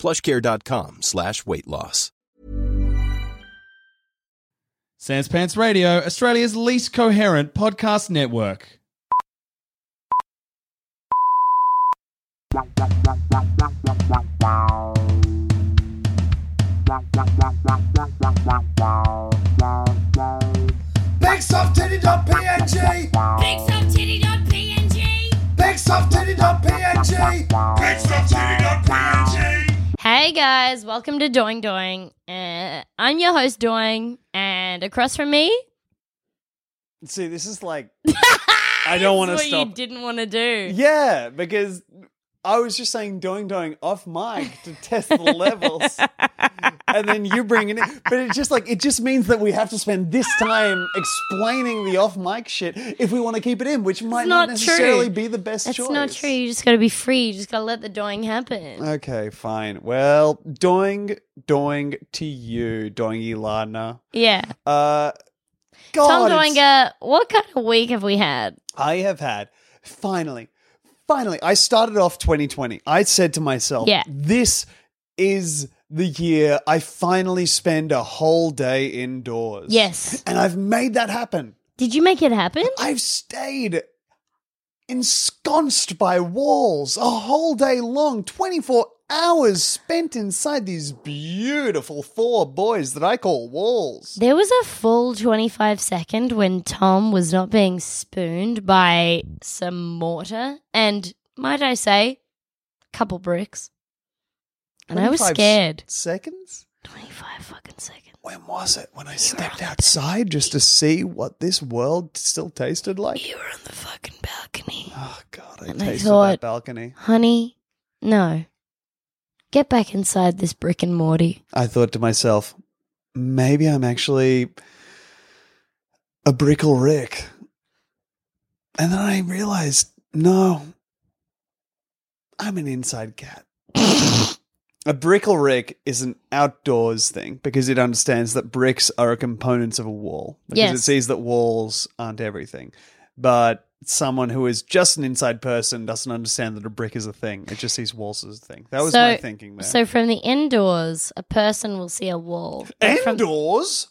Plushcare.com slash weight loss. Sans Pants Radio, Australia's least coherent podcast network. BigSoftTitty.png BigSoftTitty.png. BigSoftTitty.png BigSoftTitty.png Hey guys, welcome to Doing Doing. Uh, I'm your host Doing, and across from me, See, this is like I don't want to what you stop. didn't want to do. Yeah, because I was just saying doing doing off mic to test the levels. and then you bring it in. But it just like it just means that we have to spend this time explaining the off mic shit if we want to keep it in, which might not not, true. necessarily be the best That's choice. Uh, not true. You just got to be free. You just got to let the doing happen. Okay, fine. Well, doing doing to you, doing Ilana. yeah. Uh God, Tom it's- Doinger, what kind of week have we had? I have had finally, finally, I started off 2020. I said to myself, Yeah. this is the year I finally spend a whole day indoors. Yes. And I've made that happen. Did you make it happen? I've stayed ensconced by walls a whole day long, 24 hours spent inside these beautiful four boys that I call walls. There was a full 25 second when Tom was not being spooned by some mortar and, might I say, a couple bricks. And I was 25 scared. Seconds? 25 fucking seconds. when was it when I stepped outside just to see what this world still tasted like? You were on the fucking balcony. Oh God, I And I tasted thought- that balcony. Honey, no. Get back inside this brick and Morty. I thought to myself, maybe I'm actually a Brickle Rick. And then I realized, no, I'm an inside cat. a Brickle Rick is an outdoors thing because it understands that bricks are components of a wall. Because Yes. it sees that walls aren't everything. But someone who is just an inside person doesn't understand that a brick is a thing. It just sees walls as a thing. That was my thinking there. So from the indoors, a person will see a wall. But from- Indoors?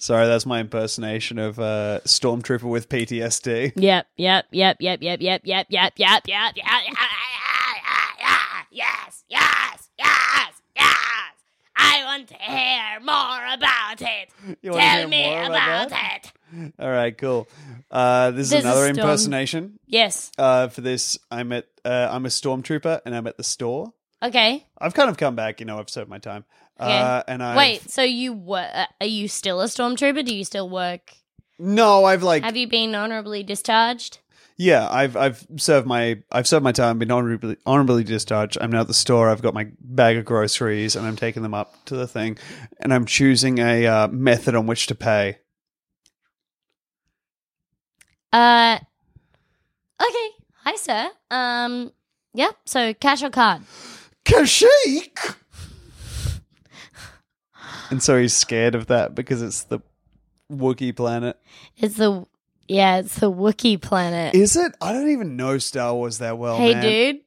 Sorry, that's my impersonation of uh, Stormtrooper with PTSD. Yep, yep, yep, yep, yep, yep, yep, yep, yep, yep, yep. Yes, yes, yes, yes. I want to hear more about it. You wanna Tell hear me more about, about it. All right, cool. Uh, this is There's a another storm- impersonation. Yes. Uh, for this, I'm at uh, I'm a stormtrooper and I'm at the store. Okay. I've kind of come back, you know. I've served my time. Okay. Uh, and I Wait. So you were? Uh, are you still a stormtrooper? Do you still work? No, I've like Have you been honorably discharged? Yeah, I've I've served my I've served my time, been honorably, honorably discharged. I'm now at the store. I've got my bag of groceries, and I'm taking them up to the thing, and I'm choosing a uh, method on which to pay. Uh. Okay. Hi, sir. Um. Yep. So cash or card? Kashik. and so he's scared of that because it's the Wookiee planet. It's the yeah. It's the Wookiee planet. Is it? I don't even know Star Wars that well. hey, man. dude.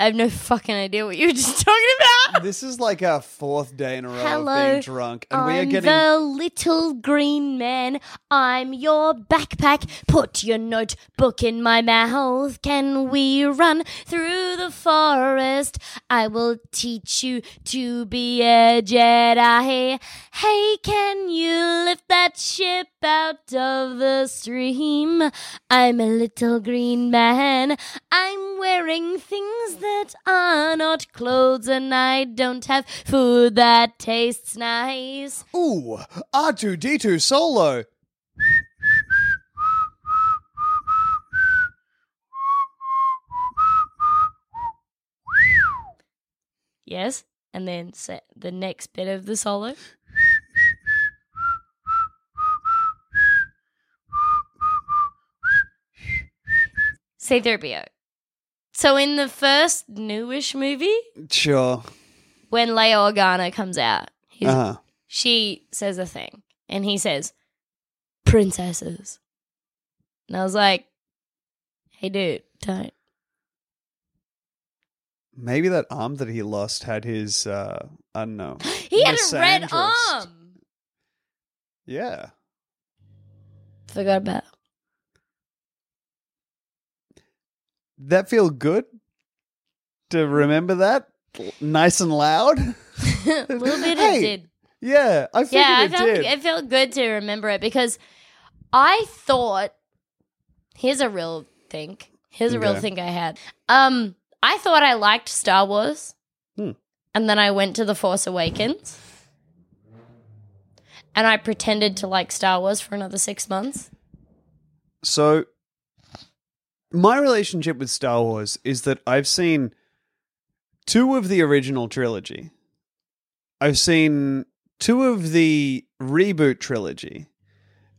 I have no fucking idea what you were just talking about. This is like our fourth day in a row of Hello, being drunk, and we are I'm getting the little green man. I'm your backpack. Put your notebook in my mouth. Can we run through the forest? I will teach you to be a Jedi. Hey, can you lift that ship out of the stream? I'm a little green man. I'm wearing things that are not clothes, and I don't have food that tastes nice. ooh R two D two solo. Yes. And then set the next bit of the solo. C3PO. So in the first newish movie, Sure. when Leia Organa comes out, he's, Uh-huh. she says a thing, and he says, "Princesses," and I was like, "Hey, dude, don't." Maybe that arm that he lost had his uh I don't know. He had Miss a red Sandrist. arm. Yeah. Forgot about. it. That feel good to remember that L- nice and loud. a little bit Hey, it did. yeah, I figured Yeah, I it felt did. it felt good to remember it because I thought here's a real think. Here's a real Okay. thing I had. Um, I thought I liked Star Wars, Hmm. and then I went to The Force Awakens, and I pretended to like Star Wars for another six months. So, my relationship with Star Wars is that I've seen two of the original trilogy. I've seen two of the reboot trilogy.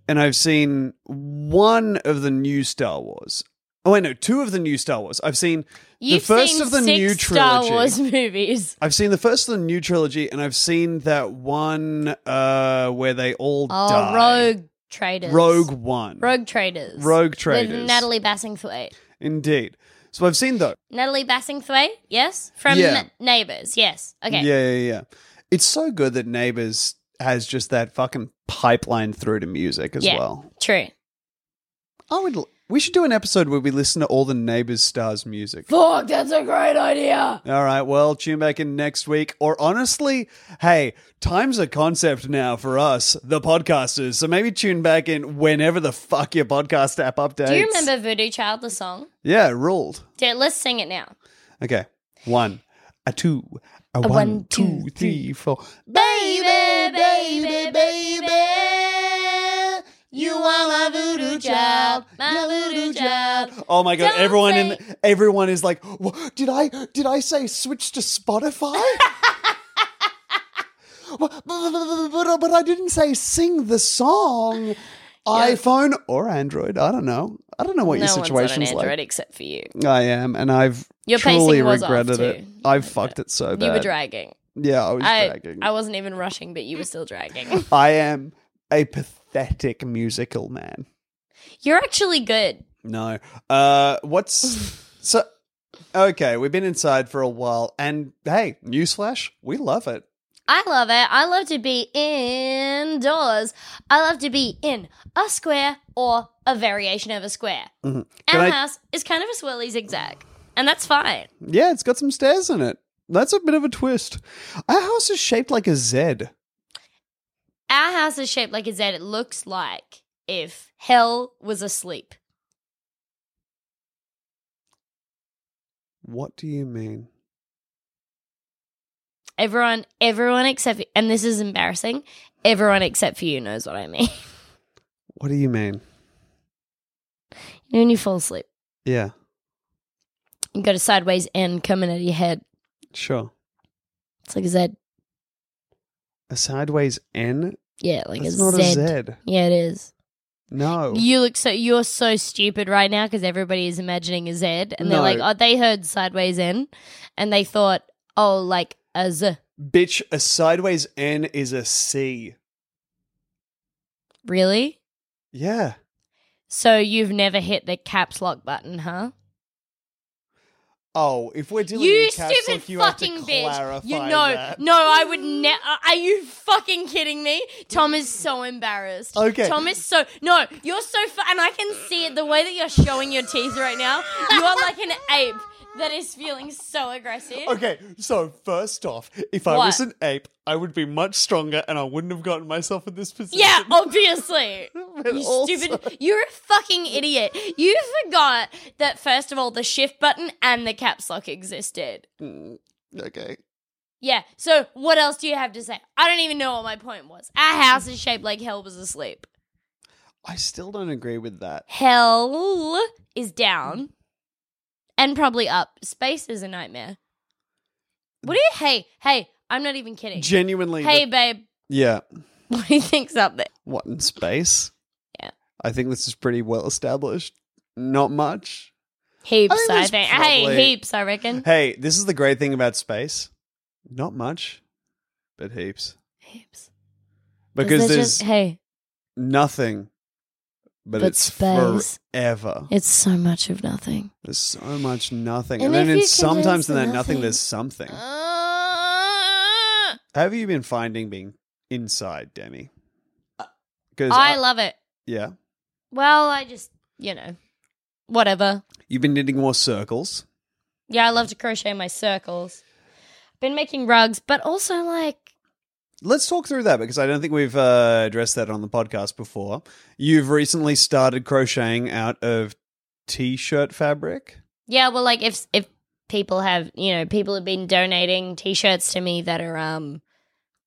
And I've seen one of the new Star Wars. Oh, I know, two of the new Star Wars. I've seen You've first seen of the six new Star trilogy. Wars movies. I've seen the first of the new trilogy, and I've seen that one uh, where they all Oh, die. Rogue Traders. Rogue One. Rogue Traders. Rogue Traders. With Natalie Bassingthwaite. Indeed. So I've seen those. Natalie Bassingthwaite, yes? From Yeah. N- Neighbours, yes. Okay. Yeah, yeah, yeah. It's so good that Neighbours has just that fucking pipeline through to music as Yeah. well. True. I would. l- We should do an episode where we listen to all the Neighbours stars' music. Fuck, that's a great idea. All right, well, tune back in next week. Or honestly, hey, time's a concept now for us, the podcasters. So maybe tune back in whenever the fuck your podcast app updates. Do you remember Voodoo Child, the song? Yeah, it ruled. Dude, let's sing it now. Okay, one, a two, a, one, one, two, three, four. two, three. Baby, baby, baby. You are my voodoo child, my voodoo child. Oh my god! Don't everyone in say- everyone is like, "Wha- did I did I say switch to Spotify? but, but, but I didn't say sing the song. iPhone or Android? I don't know. I don't know what no your one's situation's on an Android like. except for you. I am, and I've Your pacing truly was off regretted it. too. I've fucked it so bad. You were dragging. Yeah, I was I, dragging. I wasn't even rushing, but you were still dragging. I am a pathetic musical man. You're actually good. No. Uh what's so okay, we've been inside for a while and hey, newsflash, we love it. I love it. I love to be indoors. I love to be in a square or a variation of a square. Can Our I- house is kind of a swirly zigzag, and that's fine. Yeah, it's got some stairs in it. That's a bit of a twist. Our house is shaped like a Z. Our house is shaped like a Z. It looks like if hell was asleep. What do you mean? Everyone, everyone except, and this is embarrassing. Everyone except for you knows what I mean. What do you mean? when you fall asleep, Yeah, you got a sideways N coming out of your head. sure. It's like a Z. A sideways N? Yeah, like That's a not Z. a Z. Oh. Yeah, it is. No. You look so you're so stupid right now because everybody is imagining a Z, and No. they're like, oh, they heard sideways in, and they thought, oh, like a Z. Bitch, a sideways N is a C. Really? Yeah. So you've never hit the caps lock button, huh? Oh, if we're dealing You in caps stupid lock, you fucking have to bitch! clarify You know, that. no, I would never. Are you fucking kidding me? Tom is so embarrassed. Okay. Tom is so no. You're so fu- and I can see it the way that you're showing your teeth right now. You are like an ape that is feeling so aggressive. Okay, so first off, if I What? was an ape, I would be much stronger and I wouldn't have gotten myself in this position. Yeah, obviously. But you also- stupid. You're a fucking idiot. You forgot that first of all the shift button and the caps lock existed. Okay. Yeah. So what else do you have to say? I don't even know what my point was. Our house is shaped like hell was asleep. I still don't agree with that. Hell is down and probably up. Space is a nightmare. What do you? Hey, hey. I'm not even kidding. Genuinely. hey, the- babe. yeah. What do you think's up there? What in space? Yeah. I think this is pretty well established. Not much. Heaps, think I there's think. probably- Hey, heaps, I reckon. Hey, this is the great thing about space. Not much, but heaps. Heaps. Because There's there's just- hey, nothing, but, But it's space. forever. It's so much of nothing. There's so much nothing, And and, then if you it's sometimes condense in that the nothing, nothing- uh, there's something. I How have you been finding being inside, Demi? Uh, Because love it. yeah, Well, I just, you know, whatever. you've been knitting more circles. Yeah, I love to crochet my circles. Been making rugs, but also like, Let's talk through that because I don't think we've uh, addressed that on the podcast before. You've recently started crocheting out of t-shirt fabric. yeah, well, like if if people have, you know, people have been donating t-shirts to me that are um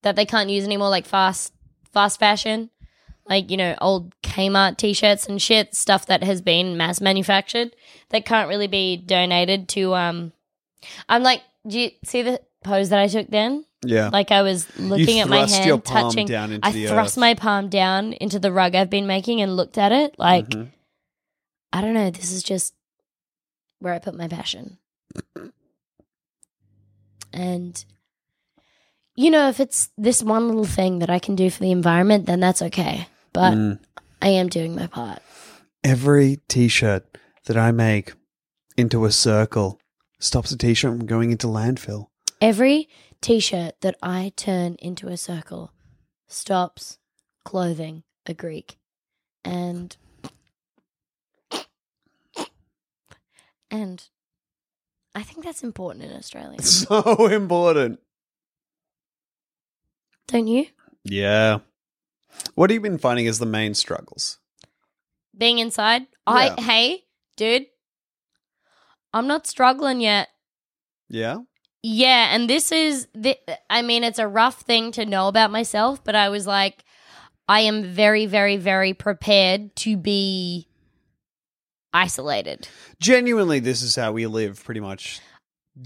that they can't use anymore, like fast fast fashion, like you know, old Kmart t-shirts and shit, stuff that has been mass manufactured that can't really be donated to. Um, I'm like, do you see the pose that I took then? Yeah, Like I was looking at my thrust hand, your palm touching. down into I the thrust earth. my palm down into the rug I've been making and looked at it. Like Mhm. I don't know. This is just where I put my passion. And you know, if it's this one little thing that I can do for the environment, then that's okay. But Mm. I am doing my part. every t-shirt that I make into a circle stops a t-shirt from going into landfill. Every t shirt that I turn into a circle stops clothing a Greek. And. And I think that's important in Australia. So important. Don't you? Yeah. What have you been finding as the main struggles? Being inside. Yeah. I hey, dude. I'm not struggling yet. Yeah. Yeah, and this is the I mean it's a rough thing to know about myself, but I was like I am very very very prepared to be isolated. Genuinely, this is how we live pretty much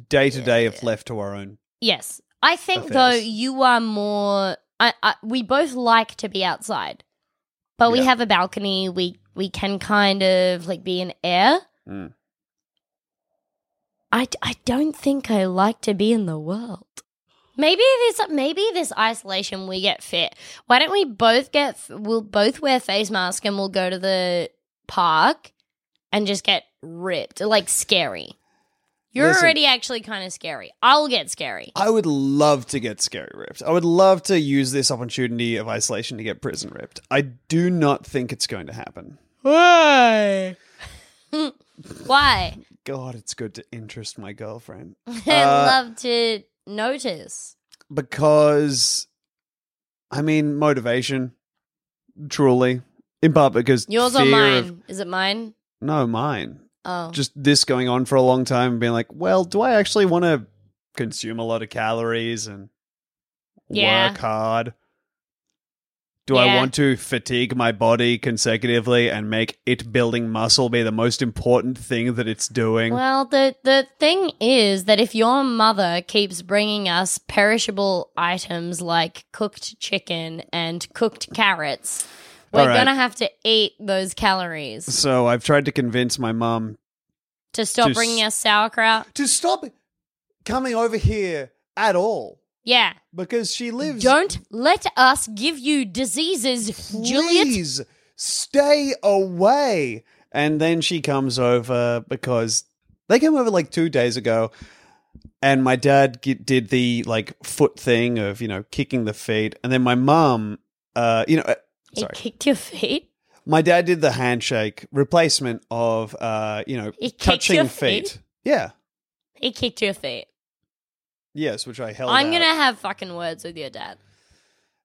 day to day if left to our own. Yes. I think Affairs. though you are more I, I we both like to be outside. But we Yeah. have a balcony, we we can kind of like be in air. Mm. I, I don't think I like to be in the world. Maybe this maybe this isolation we get fit. Why don't we both get f- we'll both wear face mask and we'll go to the park and just get ripped like scary. You're Listen. already actually kind of scary. I'll get scary. I would love to get scary ripped. I would love to use this opportunity of isolation to get prison ripped. I do not think it's going to happen. Why? Why? God, it's good to interest my girlfriend. I Uh, love to notice. because I mean motivation, truly, in part because Yours or fear mine? of- Is it mine? no, mine. Oh. Just this going on for a long time, and being like, well, do I actually want to consume a lot of calories and Yeah. work hard? Do I Yeah. want to fatigue my body consecutively and make it building muscle be the most important thing that it's doing? Well, the the thing is that if your mother keeps bringing us perishable items like cooked chicken and cooked carrots, All we're right. gonna have to eat those calories so I've tried to convince my mum to stop To s- bringing us sauerkraut. to stop coming over here at all Yeah, because she lives. don't let us give you diseases, Juliet. Please stay away. And then she comes over because They came over like two days ago, and my dad g did the like foot thing of you know kicking the feet, and then my mom, uh, you know, uh, He sorry, kicked your feet. my dad did the handshake replacement of uh, you know, He kicked touching your feet. feet? Yeah, He kicked your feet. yes, which I held. I'm out. gonna have fucking words with your dad.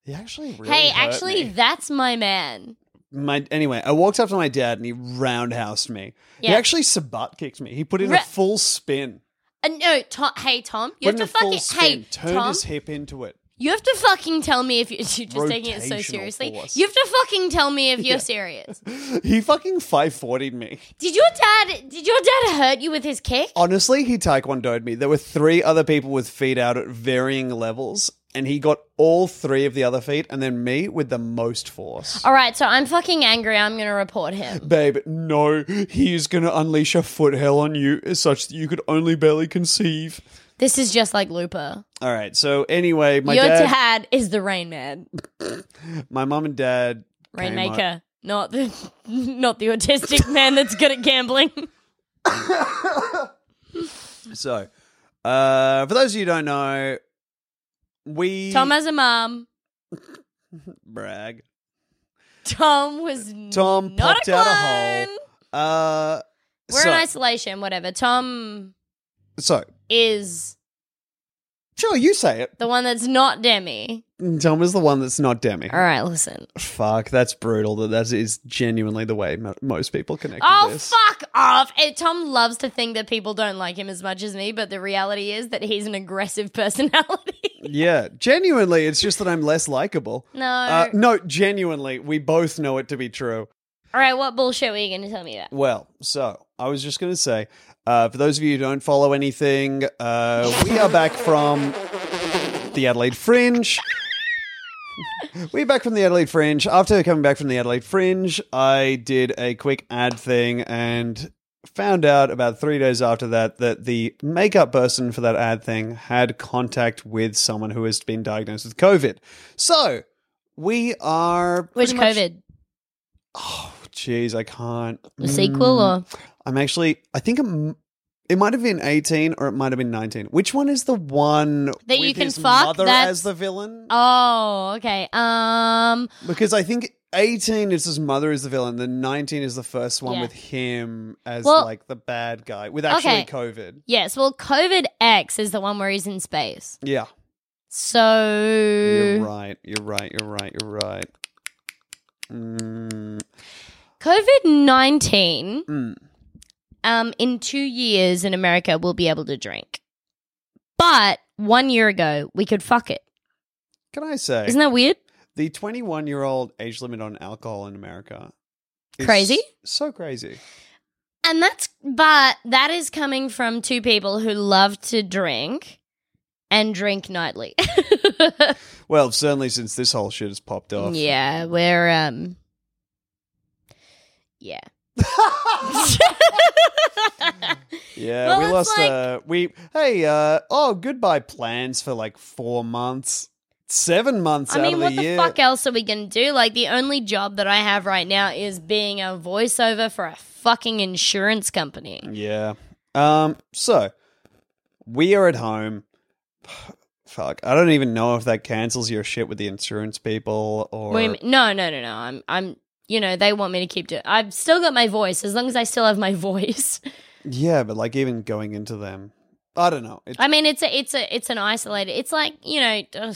He actually really hey, hurt actually, me. that's my man. my anyway, I walked up to my dad and he roundhoused me. He Yeah. actually sabat kicked me. He put in a Re- full spin. Uh, no, Tom. Hey, Tom, you Put in have a to full fucking. spin, Hey, turned Tom, his hip into it. you have to fucking tell me if you're just taking it so Rotational seriously. force. You have to fucking tell me if you're Yeah. serious. He fucking 540'd me. Did your dad? Did your dad hurt you with his kick? Honestly, he taekwondoed me. There were three other people with feet out at varying levels, and he got all three of the other feet, and then me with the most force. All right, so I'm fucking angry. I'm gonna report him. Babe, no, he is going to unleash a foot hell on you such that you could only barely conceive. This is just like Looper. All right, so anyway, my your dad, dad, is the Rain Man, my mom and dad came up- Rainmaker, not the not the autistic man that's good at gambling. So, uh, for those of you who don't know, we Tom has a mom. brag. Tom was n- Tom not popped a out clone. a hole. Uh, We're so, in isolation, whatever. Tom so is sure you say it. the one that's not Demi. Tom is the one that's not Demi. All right, listen. Fuck, that's brutal. That that is genuinely the way mo- most people connect. Oh, to this. fuck off. Eh, Tom loves to think that people don't like him as much as me, but the reality is that he's an aggressive personality. Yeah, genuinely, it's just that I'm less likable. no. Uh, no, genuinely, we both know it to be true. All right, what bullshit were you going to tell me about? Well, so I was just going to say, uh, for those of you who don't follow anything, uh, we are back from the Adelaide Fringe. We're back from the Adelaide Fringe. After coming back from the Adelaide Fringe, I did a quick ad thing and found out about three days after that that the makeup person for that ad thing had contact with someone who has been diagnosed with COVID. So we are. Which pretty much- COVID? Oh, jeez, I can't. The sequel Mm. or? I'm actually. I think I'm. It might have been 18 or it might have been 19. Which one is the one That with you can his fuck? mother That's- as the villain? Oh, okay. Um, because I think 18 is his mother as the villain. The 19 is the first one Yeah. with him as Well- like the bad guy with actually Okay. COVID. yes, well, COVID X is the one where he's in space. Yeah, So, Mm. you're right. You're right. You're right. You're right. Mm, COVID 19 mm. um, in two years in America will be able to drink. But one year ago, we could fuck it. Can I say Isn't that weird? the 21 year old age limit on alcohol in America? is Crazy? So crazy. And that's, but that is coming from two people who love to drink and drink nightly. Well, certainly since this whole shit has popped off. yeah, we're, um, yeah. Yeah, Well, we it's lost. like- uh, we hey, uh, oh, goodbye plans for like four months, seven months I out mean, of what the, the year. fuck else are we gonna do? Like, the only job that I have right now is being a voiceover for a fucking insurance company. yeah. Um. So we are at home. Fuck. I don't even know if that cancels your shit with the insurance people or. What do you mean? No, no, no, no. I'm, I'm. You know, they want me to keep doing. I've still got my voice. As long as I still have my voice. Yeah, but like even going into them, I don't know. It's, I mean, it's a, it's a, it's an isolated. It's like you know, ugh,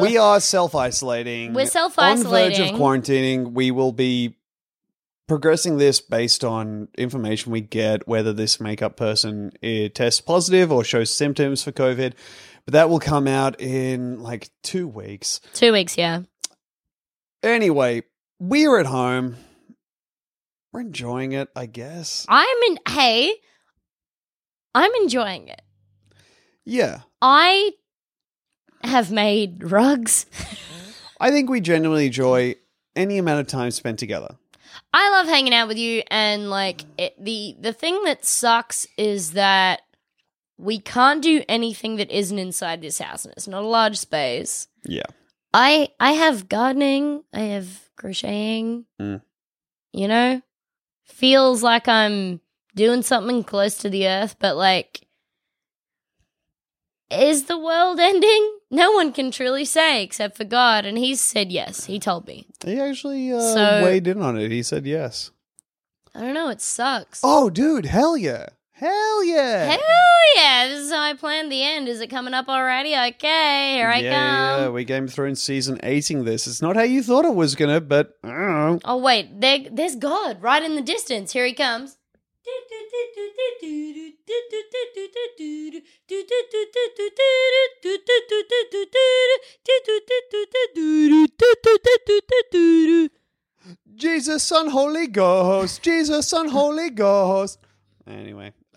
we are self isolating. We're On verge of self-isolating. quarantining. We will be progressing this based on information we get, whether this makeup person eh, tests positive or shows symptoms for COVID. But that will come out in like two weeks. two weeks. Yeah, Anyway, we're at home. We're enjoying it, I guess. I'm in. Hey, I'm enjoying it. Yeah. I have made rugs. I think we genuinely enjoy any amount of time spent together. I love hanging out with you, and like it, the the thing that sucks is that we can't do anything that isn't inside this house, and it's not a large space. Yeah. I I have gardening, I have crocheting. Mm. You know, feels like I'm doing something close to the earth, but like, is the world ending? No one can truly say except for God, and He said yes. He told me. He actually uh, So- weighed in on it. He said yes. I don't know. It sucks. Oh, dude, hell yeah. Hell yeah. Hell yeah! This is how I planned the end. Is it coming up already? Okay, here I yeah, come. Yeah, we Game of Thrones season 18 this. It's not how you thought it was going to, but I don't know. Oh wait, there, there's God right in the distance. Here he comes. Jesus, Son, Holy Ghost. Jesus, Son, Holy Ghost. Anyway.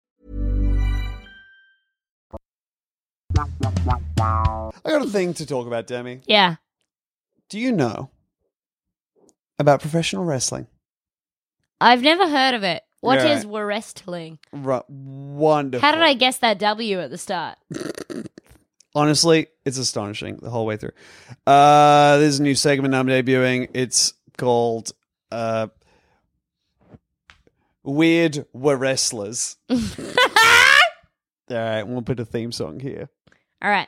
I got a thing to talk about, Demi. Yeah. Do you know about professional wrestling? I've never heard of it. What Yeah. is wrestling? Right. Wonderful. How did I guess that W at the start? Honestly, it's astonishing the whole way through. Uh, there's a new segment I'm debuting. It's called uh, Weird Were Wrestlers. All right, we'll put a theme song here. All right.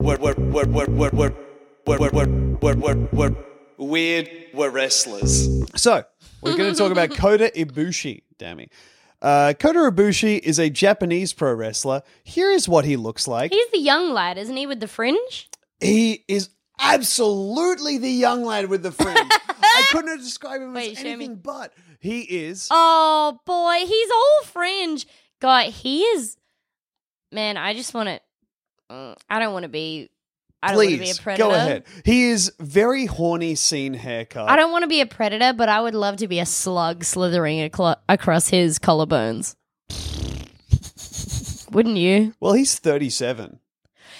We're, we're, we're, we're, we're, we're, we're, we're, we're, we're, we're, we're, weird, we're wrestlers. So, we're going to talk about Kota Ibushi, Dammy. Uh, Kota Ibushi is a Japanese pro wrestler. Here is what he looks like. He's the young lad, isn't he, with the fringe? He is absolutely the young lad with the fringe. I couldn't have described him Wait, as show me. anything but. He is. Oh boy, he's all fringe. God, he is. Man, I just want to. I don't want to be. I don't want to be a Please predator. go ahead. He is very horny scene haircut. I don't want to be a predator, but I would love to be a slug slithering aclo- across his collarbones. Wouldn't you? Well, he's thirty-seven.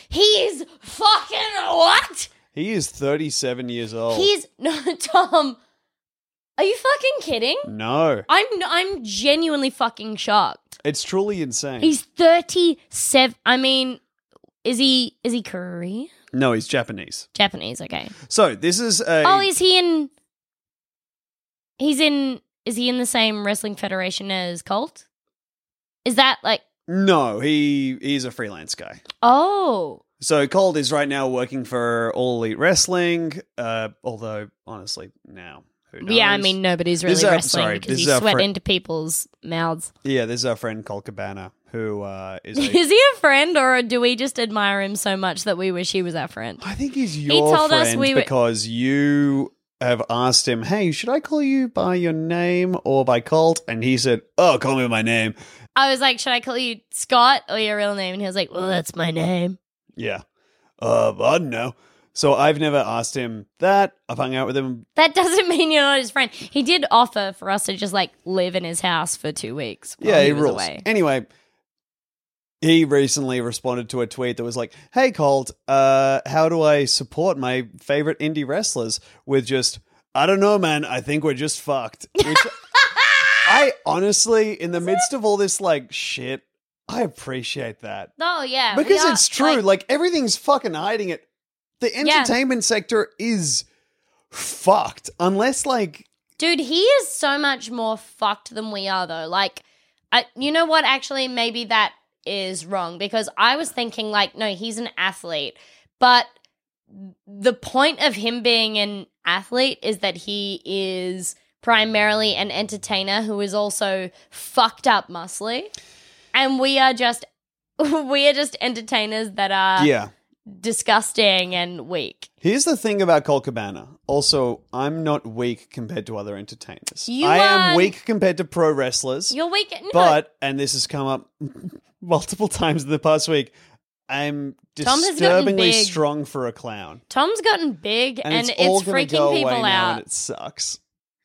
He is fucking what? He is thirty-seven years old. He's no Tom. Are you fucking kidding? no. I'm I'm genuinely fucking shocked. It's truly insane. He's 37. I mean, is he is he Korean? no, he's Japanese. Japanese, okay. So this is a Oh, is he in He's in is he in the same wrestling federation as Colt? Is that like no. He he's a freelance guy. Oh. So Cold is right now working for All Elite Wrestling. Uh, although honestly, now who knows? Yeah, I mean nobody's really This is our- wrestling sorry, this because is you our sweat fri- into people's mouths. yeah. This is our friend Colt Cabana, who uh, is. Is, A, he a friend or do we just admire him so much that we wish he was our friend? I think he's your told friend us we were- because you have asked him, "Hey, should I call you by your name or by Colt?" And he said, "Oh, call me by my name." I was like, should I call you Scott or your real name? And he was like, well, that's my name. Yeah. Uh, I don't know. So I've never asked him that. I've hung out with him That doesn't mean you're not his friend. He did offer for us to just like live in his house for two weeks. While Yeah, he it was rules. Away. Anyway, He recently responded to a tweet that was like, "Hey Colt, uh, how do I support my favorite indie wrestlers?" With just, "I don't know, man. I think we're just fucked." Which I honestly, in the midst of all this like shit, I appreciate that Oh yeah, we because are, it's true. Like, everything's fucking hiding it. The Yeah. entertainment sector is fucked unless like dude, he is so much more fucked than we are, though. Like, I, you know what? Actually, maybe that is wrong because I was thinking like, no, he's an athlete, but the point of him being an athlete is that he is primarily an entertainer who is also fucked up muscly, and we are just. We are just entertainers that are yeah. disgusting and weak. Here's the thing about Cole Cabana. Also, I'm not weak compared to other entertainers. You I am are- weak compared to pro wrestlers. You're weak. No, But, and this has come up multiple times in the past week, I'm Tom has gotten disturbingly big. strong for a clown. Tom's gotten big and, And, it's, all going freaking to go away people now out. and it sucks.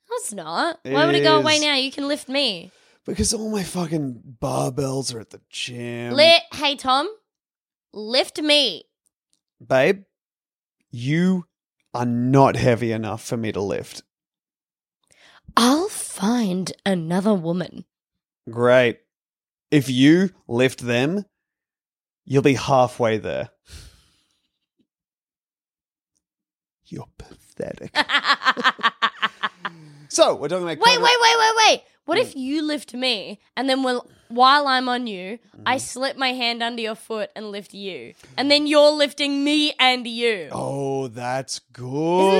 No, it's not. It Why would it go away is. now? You can lift me. Because all my fucking barbells are at the gym. Lit. Hey, Tom, lift me. Babe, you are not heavy enough for me to lift. I'll find another woman. Great. If you lift them, you'll be halfway there. You're pathetic. wait, so we're talking about wait, Conor- wait, wait, wait. Hmm. What if you lift me and then while, while I'm on you, Hmm. I slip my hand under your foot and lift you? And then you're lifting me and you. Oh, that's good.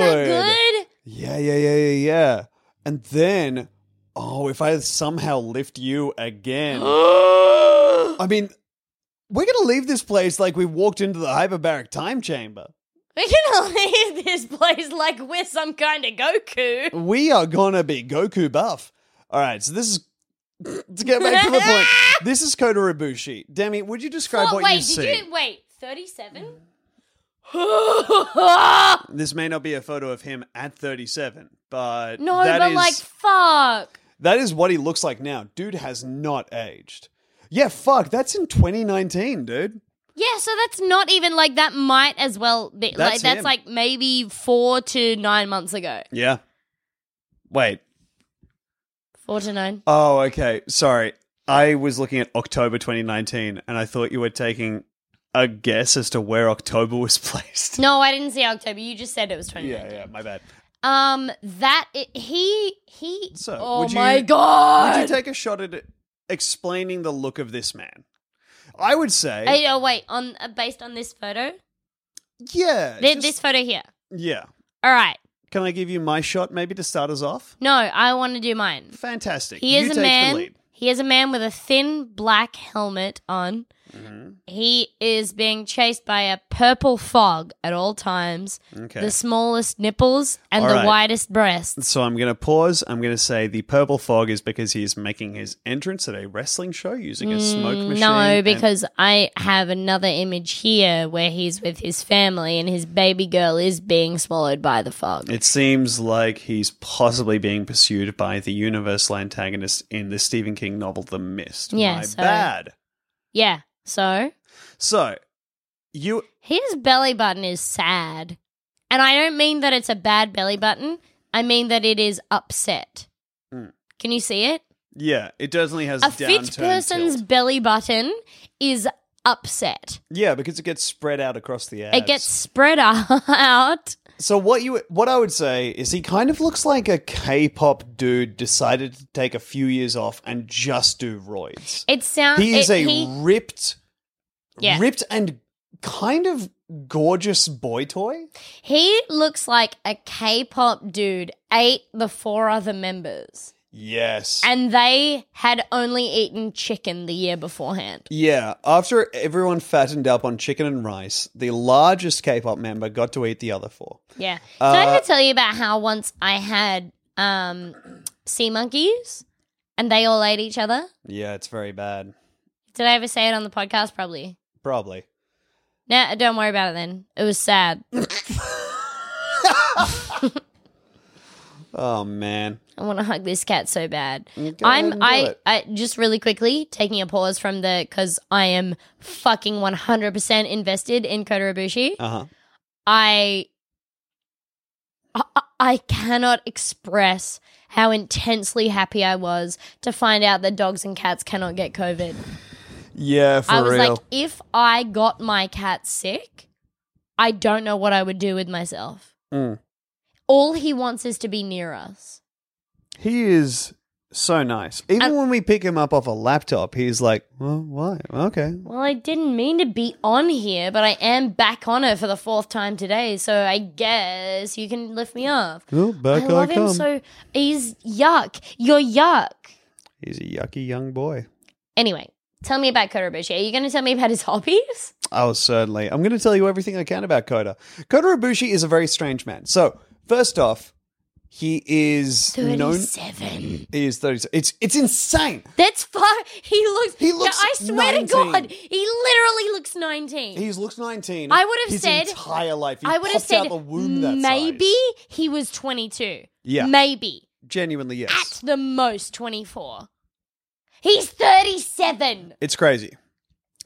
Isn't that good? Yeah, yeah, yeah, yeah, yeah. And then, oh, if I somehow lift you again. I mean, we're going to leave this place like we walked into the hyperbaric time chamber. We can leave this place like we're some kind of Goku. we are gonna be Goku buff. All right, so this is to get back to the point. This is Kota Ibushi. Demi, would you describe What- what wait, you see? did you wait? Thirty-seven. no, This may not be a photo of him at 37, but that but is- like, fuck. that is what he looks like now. Dude has not aged. Yeah, fuck, that's in 2019, dude. Yeah, so that's not even like that. Might as well be That's like that's him. like maybe four to nine months ago. Yeah. Wait. Four to nine. Oh, okay. Sorry. I was looking at October 2019 and I thought you were taking a guess as to where October was placed. No, I didn't see October. You just said it was twenty. Yeah, yeah, my bad. Um, that it, he he. So, oh would you- my Would you god. take a shot at explaining the look of this man? I would say, Hey, oh wait, on uh, based on this photo, yeah, Th- just- this photo here. yeah. All right. Can I give you my shot, maybe to start us off? No, I want to do mine. Fantastic. He you is take a The man. lead. He is a man with a thin black helmet on. Mm-hmm. He is being chased by a purple fog at all times. Okay. The smallest nipples and All the right. widest breasts. So I'm going to pause. I'm going to say the purple fog is because he is making his entrance at a wrestling show using a smoke machine. Mm, No, and- because I have another image here where he's with his family and his baby girl is being swallowed by the fog. it seems like he's possibly being pursued by the universal antagonist in the Stephen King novel The Mist. Yeah, my so- bad. yeah. So So you His belly button is sad. And I don't mean that it's a bad belly button. I mean that it is upset. Mm. Can you see it? Yeah, it definitely has a fit downturn person's tilt. belly button is upset. Yeah, because it gets spread out across the abs. It gets spread out. So what you what I would say is he kind of looks like a K-pop dude decided to take a few years off and just do roids. It sounds. he is it- a ripped, Yeah. ripped and kind of gorgeous boy toy. he looks like a K-pop dude ate the four other members, Yes. and they had only eaten chicken the year beforehand. yeah, after everyone fattened up on chicken and rice, the largest K-pop member got to eat the other four. Yeah. So I could tell you about how once I had um, sea monkeys and they all ate each other. Yeah, it's very bad. Did I ever say it on the podcast? Probably. Probably. No, don't worry about it then. It was sad. Oh man. I want to hug this cat so bad. ahead and I'm do I, it. I just really quickly taking a pause from the because I am fucking 100% invested in Kota Ibushi. Uh huh. I, I I cannot express how intensely happy I was to find out that dogs and cats cannot get COVID. Yeah, for I was real. like, if I got my cat sick, I don't know what I would do with myself. Mm. All he wants is to be near us. He is so nice. Even And- when we pick him up off a laptop, he's like, "Well, why? Okay." Well, I didn't mean to be on here, but I am back on her for the fourth time today, so I guess you can lift me up. Well, back I I, love come. him so. He's yuck. You're yuck. he's a yucky young boy. Anyway, tell me about Kotobushi. Are you going to tell me about his hobbies? Oh, certainly. I'm going to tell you everything I can about Kota. Kota Ibushi is a very strange man. So, first off, he is known. Thirty-seven. He is 30. It's it's insane. That's far. He looks. He looks I swear to 19. God, he literally looks nineteen. He looks 19. I would have his said- entire life. He I would have popped said out the womb that maybe size. he was twenty-two. Yeah. Maybe Genuinely, yes. at the most twenty-four. He's thirty-seven. It's crazy.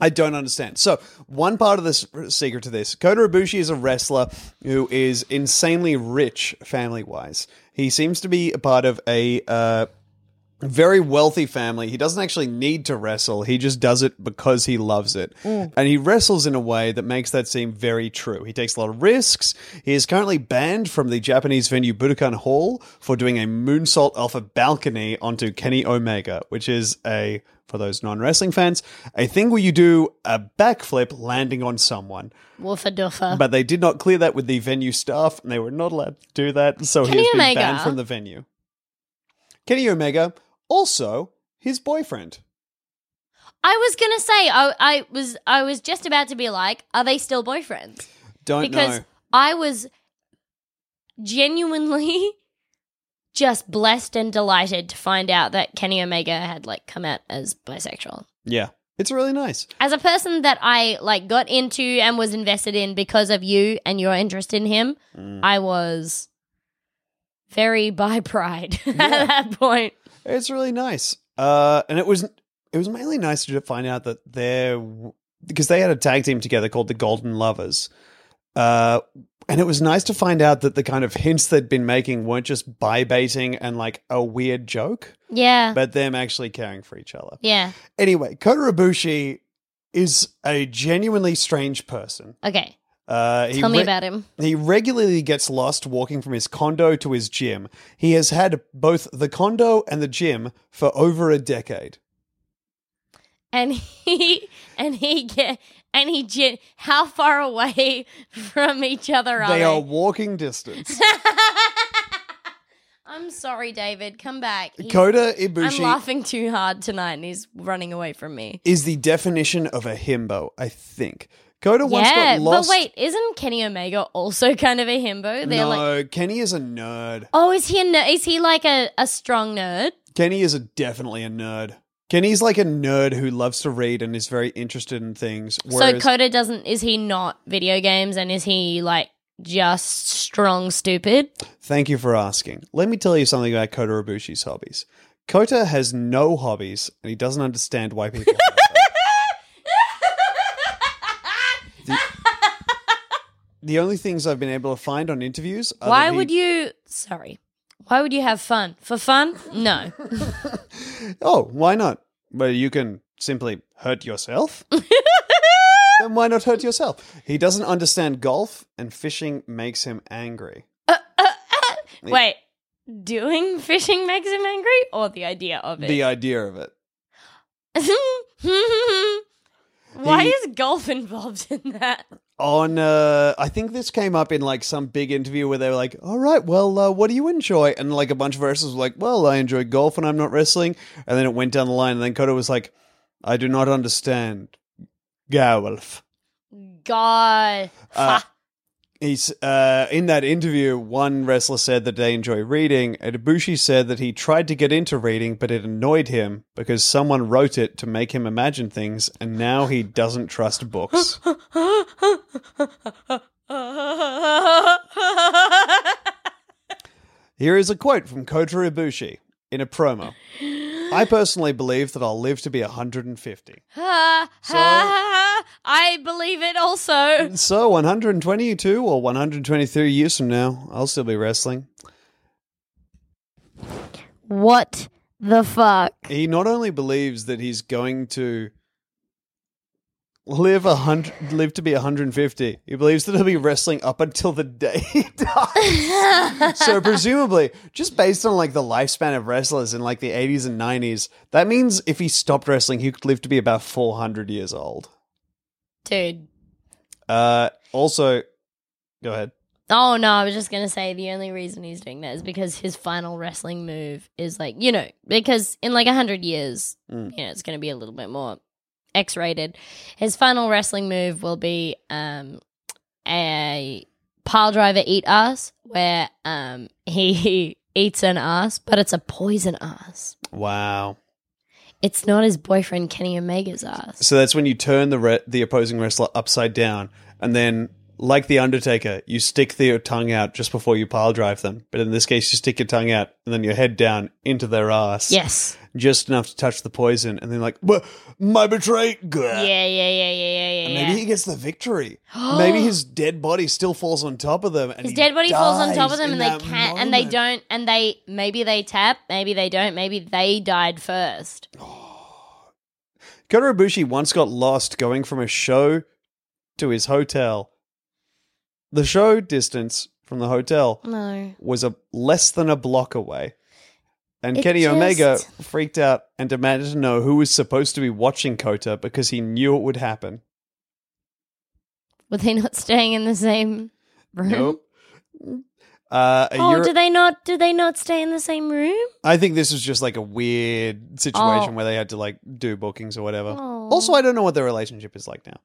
I don't understand. So, one part of this secret to this Kota Ibushi is a wrestler who is insanely rich family wise. He seems to be a part of a uh, very wealthy family. He doesn't actually need to wrestle, he just does it because he loves it. And he wrestles in a way that makes that seem very true. He takes a lot of risks. He is currently banned from the Japanese venue Budokan Hall for doing a moonsault off a balcony onto Kenny Omega, which is a for those non-wrestling fans, a thing where you do a backflip landing on someone. Woofa doofa. But they did not clear that with the venue staff, and they were not allowed to do that. So Kenny he has been Omega. banned from the venue. Kenny Omega, also his boyfriend. I was gonna say I, I was I was just about to be like, are they still boyfriends? Don't because know. I was genuinely just blessed and delighted to find out that Kenny Omega had like come out as bisexual. Yeah, it's really nice. As a person that I like got into and was invested in because of you and your interest in him, Mm. I was very by pride at that point. It's really nice. Uh, and it was it was mainly nice to find out that they're because they had a tag team together called the Golden Lovers. Uh, and it was nice to find out that the kind of hints they'd been making weren't just by baiting and like a weird joke, Yeah. but them actually caring for each other. yeah. Anyway, Kota Ibushi is a genuinely strange person. Okay. Uh, he Tell me re- about him. he regularly gets lost walking from his condo to his gym. He has had both the condo and the gym for over a decade. and he and he get and he gen- how far away from each other are they? They are walking distance. I'm sorry, David. Come back. He- Kota I'm Ibushi laughing too hard tonight, and he's running away from me. is the definition of a himbo, I think. Kota once yeah, got but lost. wait, isn't Kenny Omega also kind of a himbo? They're no, like, Kenny is a nerd. oh, is he a ner- is he like a, a strong nerd? Kenny is a, definitely a nerd. Kenny's like a nerd who loves to read and is very interested in things. Whereas so Coda doesn't is he not video games, and is he like just strong stupid? Thank you for asking. Let me tell you something about Kota Ibushi's hobbies. Kota has no hobbies, and he doesn't understand why people. have them. the only things I've been able to find on interviews. Are Why that he- would you? Sorry. Why would you have fun for fun? No. Oh, why not? Well, you can simply hurt yourself. then why not hurt yourself? He doesn't understand golf, and fishing makes him angry. Wait. Doing fishing makes him angry, or the idea of The it? idea of it. Why He- is golf involved in that? on uh i think this came up in like some big interview where they were like all right well uh, what do you enjoy and like a bunch of wrestlers were like well i enjoy golf and i'm not wrestling and then it went down the line and then Kota was like i do not understand golf God. Uh, Fuck. he's uh in that interview one wrestler said that they enjoy reading and ibushi said that he tried to get into reading but it annoyed him because someone wrote it to make him imagine things and now he doesn't trust books Here is a quote from Kota Ibushi in a promo. I personally believe that I'll live to be 150. Ha, ha, So- ha. I believe it also. So 122 or 123 years from now, I'll still be wrestling. What the fuck? He not only believes that he's going to live a hundred, live to be 150. He believes that he'll be wrestling up until the day he dies. so presumably, just based on like the lifespan of wrestlers in like the 80s and 90s, that means if he stopped wrestling, he could live to be about 400 years old. Dude. Uh, also, go ahead. Oh no, I was just gonna say the only reason he's doing that is because his final wrestling move is like you know because in like a hundred years, Mm. you know, it's gonna be a little bit more X-rated. His final wrestling move will be um a pile driver eat ass where um he eats an ass, but it's a poison ass. Wow. It's not his boyfriend Kenny Omega's ass. So that's when you turn the re- the opposing wrestler upside down, and then like the Undertaker, you stick their tongue out just before you pile drive them. But in this case, you stick your tongue out and then your head down into their ass, Yes. just enough to touch the poison, and then like "Wha- my betray. Yeah, yeah, yeah, yeah, yeah, And yeah. uh, maybe he gets the victory. maybe his dead body still falls on top of them. And His he dead body falls on dies top of them, in and they that can't, and they moment. don't, and they maybe they tap, maybe they don't, maybe they died first. Kota Ibushi once got lost going from a show to his hotel. The show distance from the hotel No, was a less than a block away. And It Kenny just- Omega freaked out and demanded to know who was supposed to be watching Kota because he knew it would happen. were they not staying in the same room? Uh, a Oh, Euro- do they not? Do they not stay in the same room? I think this was just like a weird situation Oh. where they had to like do bookings or whatever. Oh. Also, I don't know what their relationship is like now.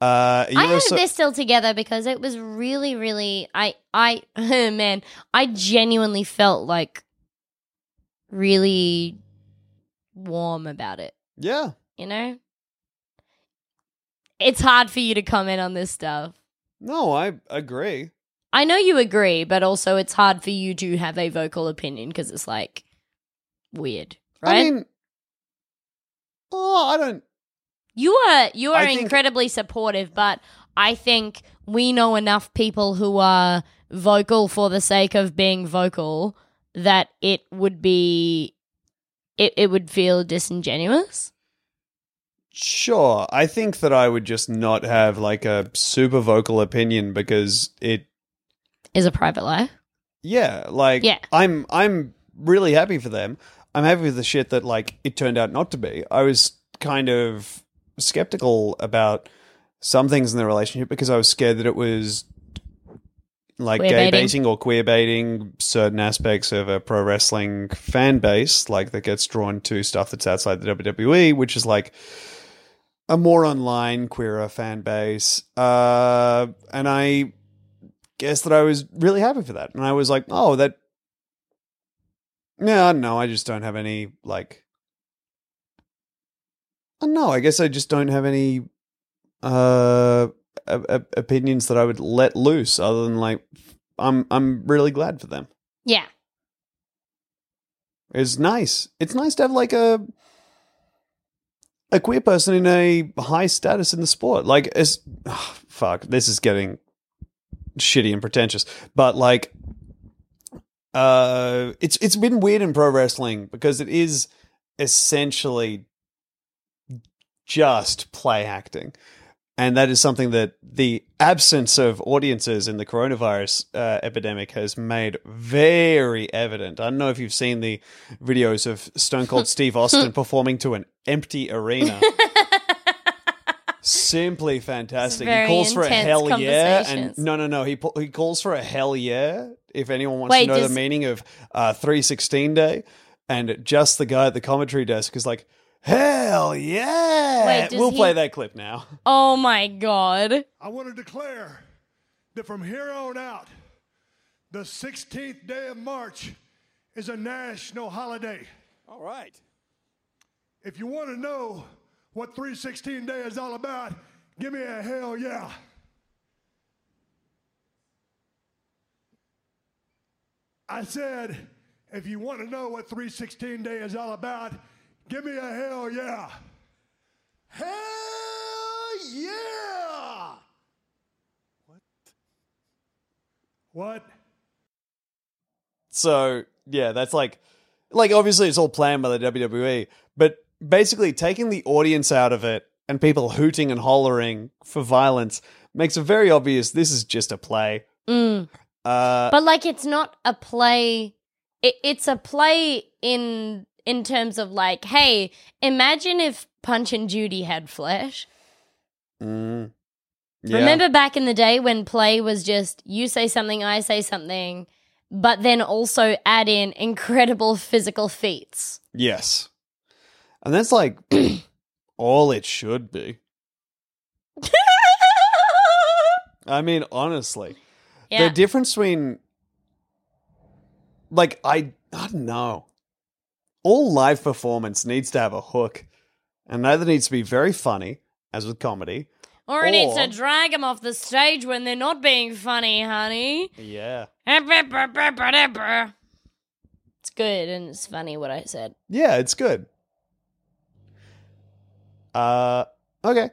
Uh, a I Euro- hope they're still together because it was really, really. I, I, oh, man, I genuinely felt like really warm about it. yeah. You know, it's hard for you to comment on this stuff. No, I agree. I know you agree, but also it's hard for you to have a vocal opinion because it's like weird, right? I mean, oh, I don't. you are you I are think- incredibly supportive, but I think we know enough people who are vocal for the sake of being vocal that it would be it, it would feel disingenuous. Sure. I think that I would just not have like a super vocal opinion because it Is a private life. yeah, like Yeah. I'm I'm really happy for them. I'm happy with the shit that like it turned out not to be. I was kind of skeptical about some things in the relationship because I was scared that it was like Queer gay baiting. baiting or queer baiting certain aspects of a pro wrestling fan base, like that gets drawn to stuff that's outside the WWE, which is like a more online queerer fan base. Uh, and I guess that I was really happy for that. And I was like, oh, that. Yeah, I don't know. I just don't have any, like. I don't know. I guess I just don't have any uh, o- o- opinions that I would let loose other than, like, I'm I'm really glad for them. Yeah. It's nice. It's nice to have like a a queer person in a high status in the sport. Like, it's ah, fuck. This is getting shitty and pretentious, but like, uh, it's it's been weird in pro wrestling because it is essentially just play acting. And that is something that the absence of audiences in the coronavirus uh, epidemic has made very evident. I don't know if you've seen the videos of Stone Cold Steve Austin performing to an empty arena. Simply fantastic. He very calls for a intense hell yeah, and conversations. no, no, no. He pu- he calls for a hell yeah. If anyone wants Wait, to know does- the meaning of uh, three sixteen day, and just the guy at the commentary desk is like, hell yeah. Wait, does we'll play he- that clip now. Oh my god. I want to declare that from here on out, the 16th day of March is a national holiday. All right. If you want to know what 316 Day is all about, give me a hell yeah. I said, if you want to know what 316 Day is all about, give me a hell yeah. Hell yeah! What? What? So yeah, that's like, like obviously it's all planned by the WWE, but basically taking the audience out of it and people hooting and hollering for violence makes it very obvious this is just a play. Mm. Uh, But like, it's not a play. It, it's a play in in terms of like, hey, imagine if Punch and Judy had flesh. mm. yeah. Remember back in the day when play was just you say something, I say something, but then also add in incredible physical feats. Yes, and that's like all it should be. I mean, honestly. yeah. The difference between like I I don't know. All live performance needs to have a hook. And either needs to be very funny, as with comedy. or it needs or- to drag them off the stage when they're not being funny, honey. Yeah. It's good and it's funny what I said. Yeah, it's good. Uh okay.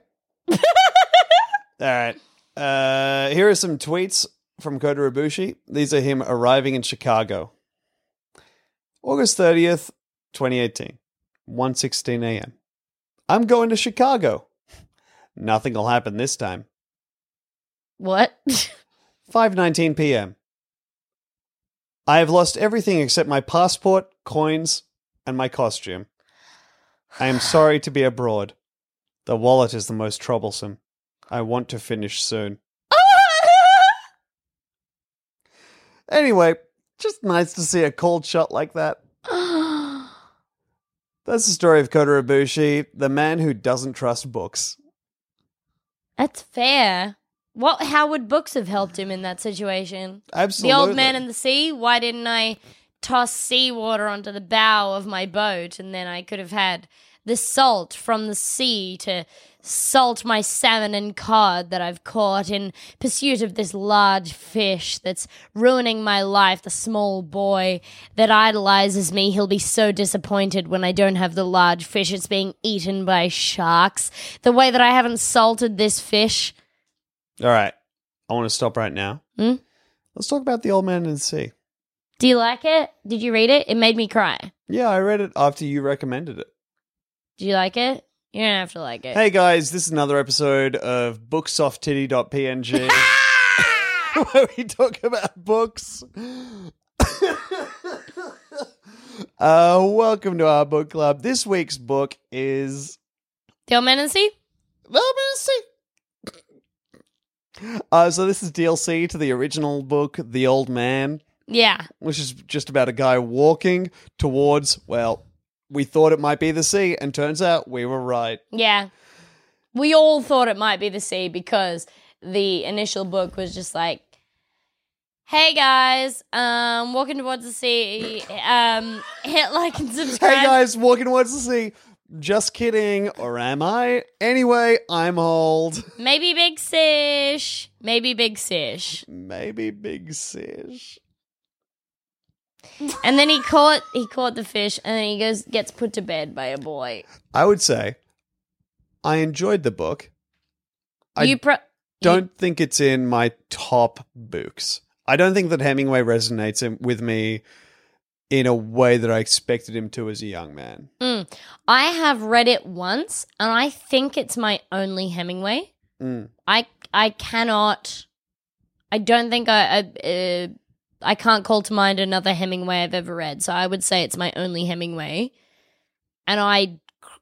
Alright. Uh here are some tweets from Kota Ibushi. These are him arriving in Chicago. August 30th, 2018. 1:16 a.m. I'm going to Chicago. Nothing will happen this time. What? 5:19 p.m. I have lost everything except my passport, coins, and my costume. I am sorry to be abroad. The wallet is the most troublesome. I want to finish soon. Anyway, just nice to see a cold shot like that. That's the story of Kota Ibushi, the man who doesn't trust books. That's fair. What? How would books have helped him in that situation? Absolutely. The old man and the sea. Why didn't I toss seawater onto the bow of my boat, and then I could have had the salt from the sea to salt my salmon and cod that I've caught in pursuit of this large fish that's ruining my life. The small boy that idolizes me, he'll be so disappointed when I don't have the large fish. It's being eaten by sharks. The way that I haven't salted this fish. All right. I want to stop right now. Hmm? Let's talk about The Old Man and the Sea. Do you like it? Did you read it? It made me cry. Yeah, I read it after you recommended it. Do you like it? You don't have to like it. Hey guys, this is another episode of booksofttitty.png where we talk about books. uh, welcome to our book club. This week's book is The old man and the sea? Uh, so this is DLC to the original book, The Old Man, Yeah. which is just about a guy walking towards, well, we thought it might be the sea, and turns out we were right. Yeah. We all thought it might be the sea because the initial book was just like, Hey guys, um, walking towards the sea. Um, hit like and subscribe. Hey guys, walking towards the sea. Just kidding, or am I? Anyway, I'm old. Maybe big fish. Maybe big fish. Maybe big sish. And then he caught he caught the fish, and then he goes gets put to bed by a boy. I would say I enjoyed the book. I you pro- don't think it's in my top books. I don't think that Hemingway resonates in- with me in a way that I expected him to as a young man. Mm. I have read it once, and I think it's my only Hemingway. Mm. I I cannot. I don't think I I, uh, I can't call to mind another Hemingway I've ever read. So I would say it's my only Hemingway, and I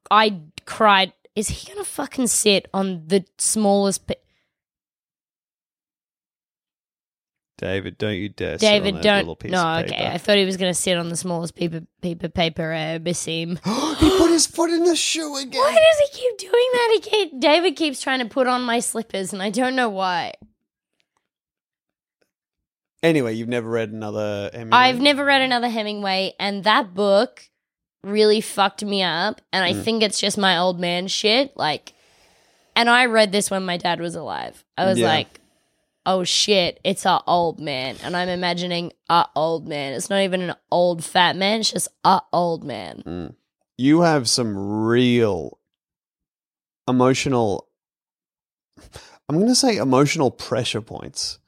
I cried. Is he gonna fucking sit on the smallest? Pi- David, don't you dare. sit on David, that little don't. piece No, of okay. I paper. thought he was gonna sit on the smallest paper paper paper uh, bassim. he put his foot in the shoe again. Why does he keep doing that? He keep, David keeps trying to put on my slippers, and I don't know why. Anyway, you've never read another Hemingway. I've never read another Hemingway, and that book really fucked me up. And Mm. I think it's just my old man shit. Like, and I read this when my dad was alive. I was Yeah. like, oh shit, it's a old man. And I'm imagining a old man. It's not even an old fat man, it's just a old man. Mm. You have some real emotional. I'm going to say emotional pressure points.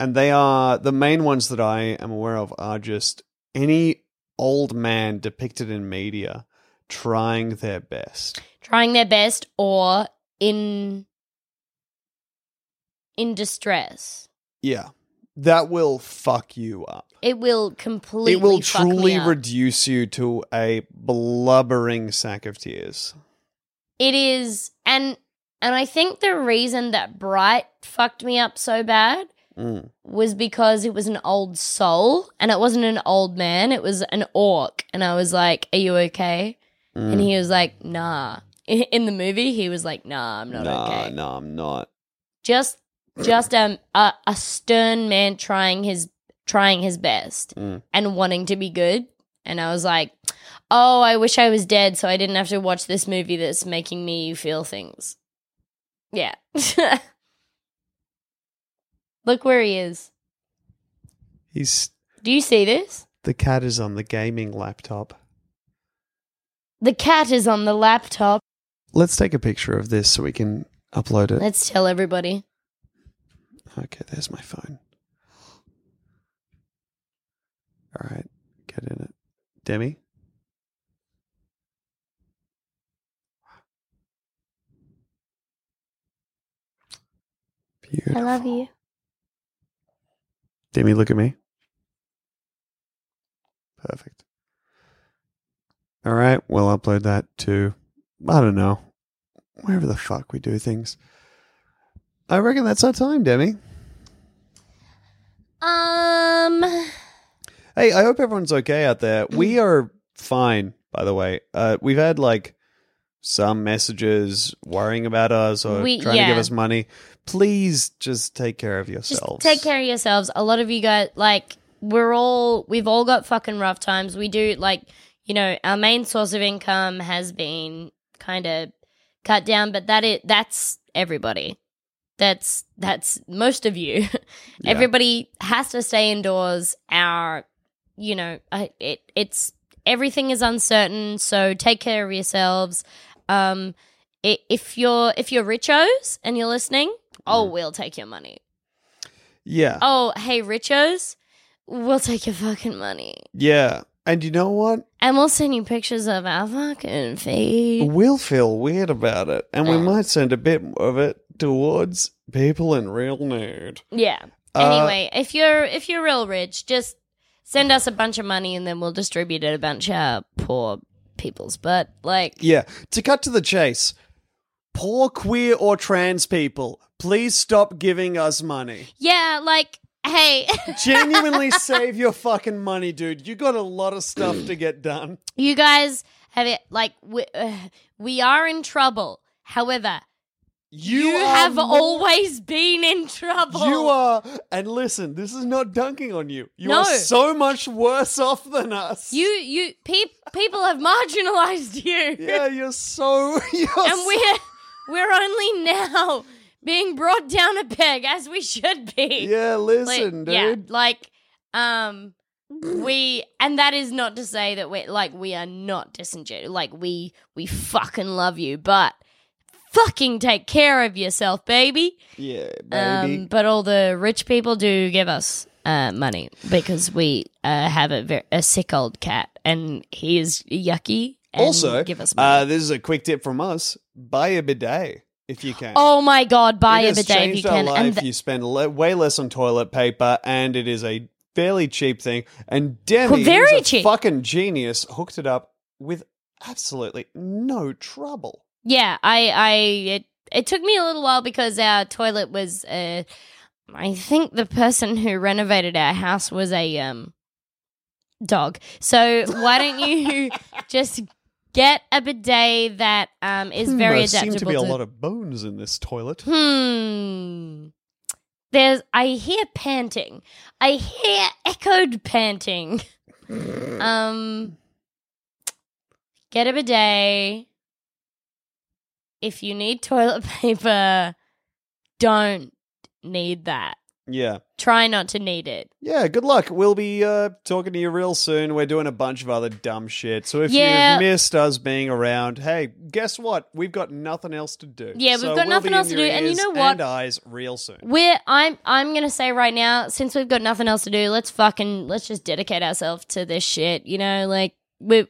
And they are the main ones that I am aware of are just any old man depicted in media trying their best. Trying their best or in in distress. Yeah. That will fuck you up. It will completely it will fuck me truly up. reduce you to a blubbering sack of tears. It is and and I think the reason that Bright fucked me up so bad Mm. was because it was an old soul and it wasn't an old man, it was an orc. And I was like, Are you okay? Hmm. And he was like, Nah. I- In the movie, he was like, Nah, I'm not nah, okay. nah, I'm not. Just just um a, a stern man trying his trying his best Mm. and wanting to be good. And I was like, Oh, I wish I was dead so I didn't have to watch this movie that's making me feel things. Yeah. Look where he is. He's Do you see this? the cat is on the gaming laptop. The cat is on the laptop. Let's take a picture of this so we can upload it. Let's tell everybody. Okay, there's my phone. All right, get in it. Demi? Beautiful. you. Demi, look at me. Perfect. All right, we'll upload that to, I don't know, wherever the fuck we do things. I reckon that's our time, Demi. Um, Hey, I hope everyone's okay out there. Mm-hmm. We are fine, by the way. Uh, we've had like some messages worrying about us or We- trying to give yeah. us money. Please just take care of just yourselves. take care of yourselves. A lot of you guys, like, we're all, we've all got fucking rough times. We do, like, you know, our main source of income has been kind of cut down, but that it, that's everybody. That's, that's most of you. Yeah. Everybody has to stay indoors. Our, you know, I, it, it's everything is uncertain. So take care of yourselves. Um, i- if you're if you're richos and you're listening, Mm. oh, we'll take your money. Yeah. Oh, hey richos, we'll take your fucking money, Yeah. And you know what? and we'll send you pictures of our fucking feet. We'll feel weird about it, and we Mm. might send a bit of it towards people in real need. Yeah. Uh, Anyway, if you're if you're real rich, just send us a bunch of money and then we'll distribute it a bunch of poor people's. But like, Yeah. To cut to the chase, poor queer or trans people, please stop giving us money. yeah, like, hey, Genuinely save your fucking money, dude. You got a lot of stuff to get done. you guys have it. Like, we, uh, we are in trouble. However, You, you, are have more- always been in trouble. You are, and listen, this is not dunking on you. You No. are so much worse off than us. You, you, peop people have marginalized you. yeah, you're so. You're and we're we're only now being brought down a peg as we should be. Yeah, Like, listen, yeah, dude. like um we and that is not to say that we're like we are not disingenuous. Like we we fucking love you, but fucking take care of yourself, baby. Yeah, baby. Um, but all the rich people do give us uh, money because we uh, have a, ver- a sick old cat and he is yucky. And also, give us money. uh, this is a quick tip from us: buy a bidet if you can. Oh my god, buy It a has bidet if you changed our can. life. And th- you spend le- way less on toilet paper, and it is a fairly cheap thing. And Demi, Well, very who's a cheap. fucking genius, hooked it up with absolutely no trouble. yeah, I, I, it, it took me a little while because our toilet was, uh, I think the person who renovated our house was a um dog. So why don't you just get a bidet that um is Hmm, very there adaptable? seem to be a lot of bones in this toilet. Hmm. There's. I hear panting. I hear echoed panting. um. Get a bidet. If you need toilet paper, don't need that. Yeah. Try not to need it. Yeah, good luck. We'll be uh, talking to you real soon. We're doing a bunch of other dumb shit. So if Yeah. you've missed us being around, hey, guess what? We've got nothing else to do. Yeah, we've So got we'll nothing be in else to your do, and you ears know what? And eyes real soon. We're I'm I'm gonna say right now, since we've got nothing else to do, let's fucking let's just dedicate ourselves to this shit. You know, like we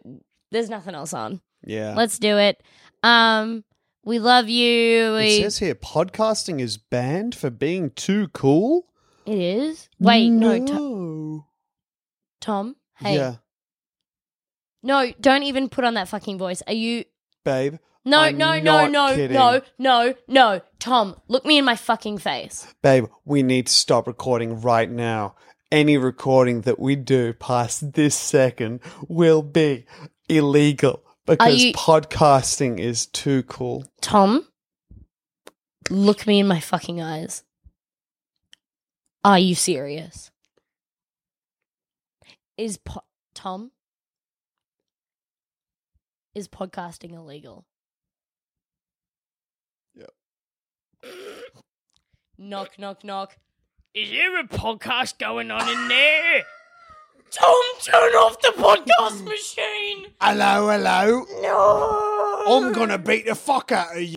there's nothing else on. yeah. Let's do it. Um, we love you. it We, says here podcasting is banned for being too cool. it is. Wait, no, To- No. Tom. Hey, Yeah, no, don't even put on that fucking voice. Are you? babe. No, I'm no, no, not no, kidding. no, no, no. Tom, look me in my fucking face. Babe, we need to stop recording right now. Any recording that we do past this second will be illegal because you- podcasting is too cool. Tom, look me in my fucking eyes. Are you serious? Is po- Tom? Is podcasting illegal? Yep. knock, knock, knock. Is there a podcast going on in there? Tom, turn off the podcast machine. Hello, hello. No. I'm gonna beat the fuck out of you.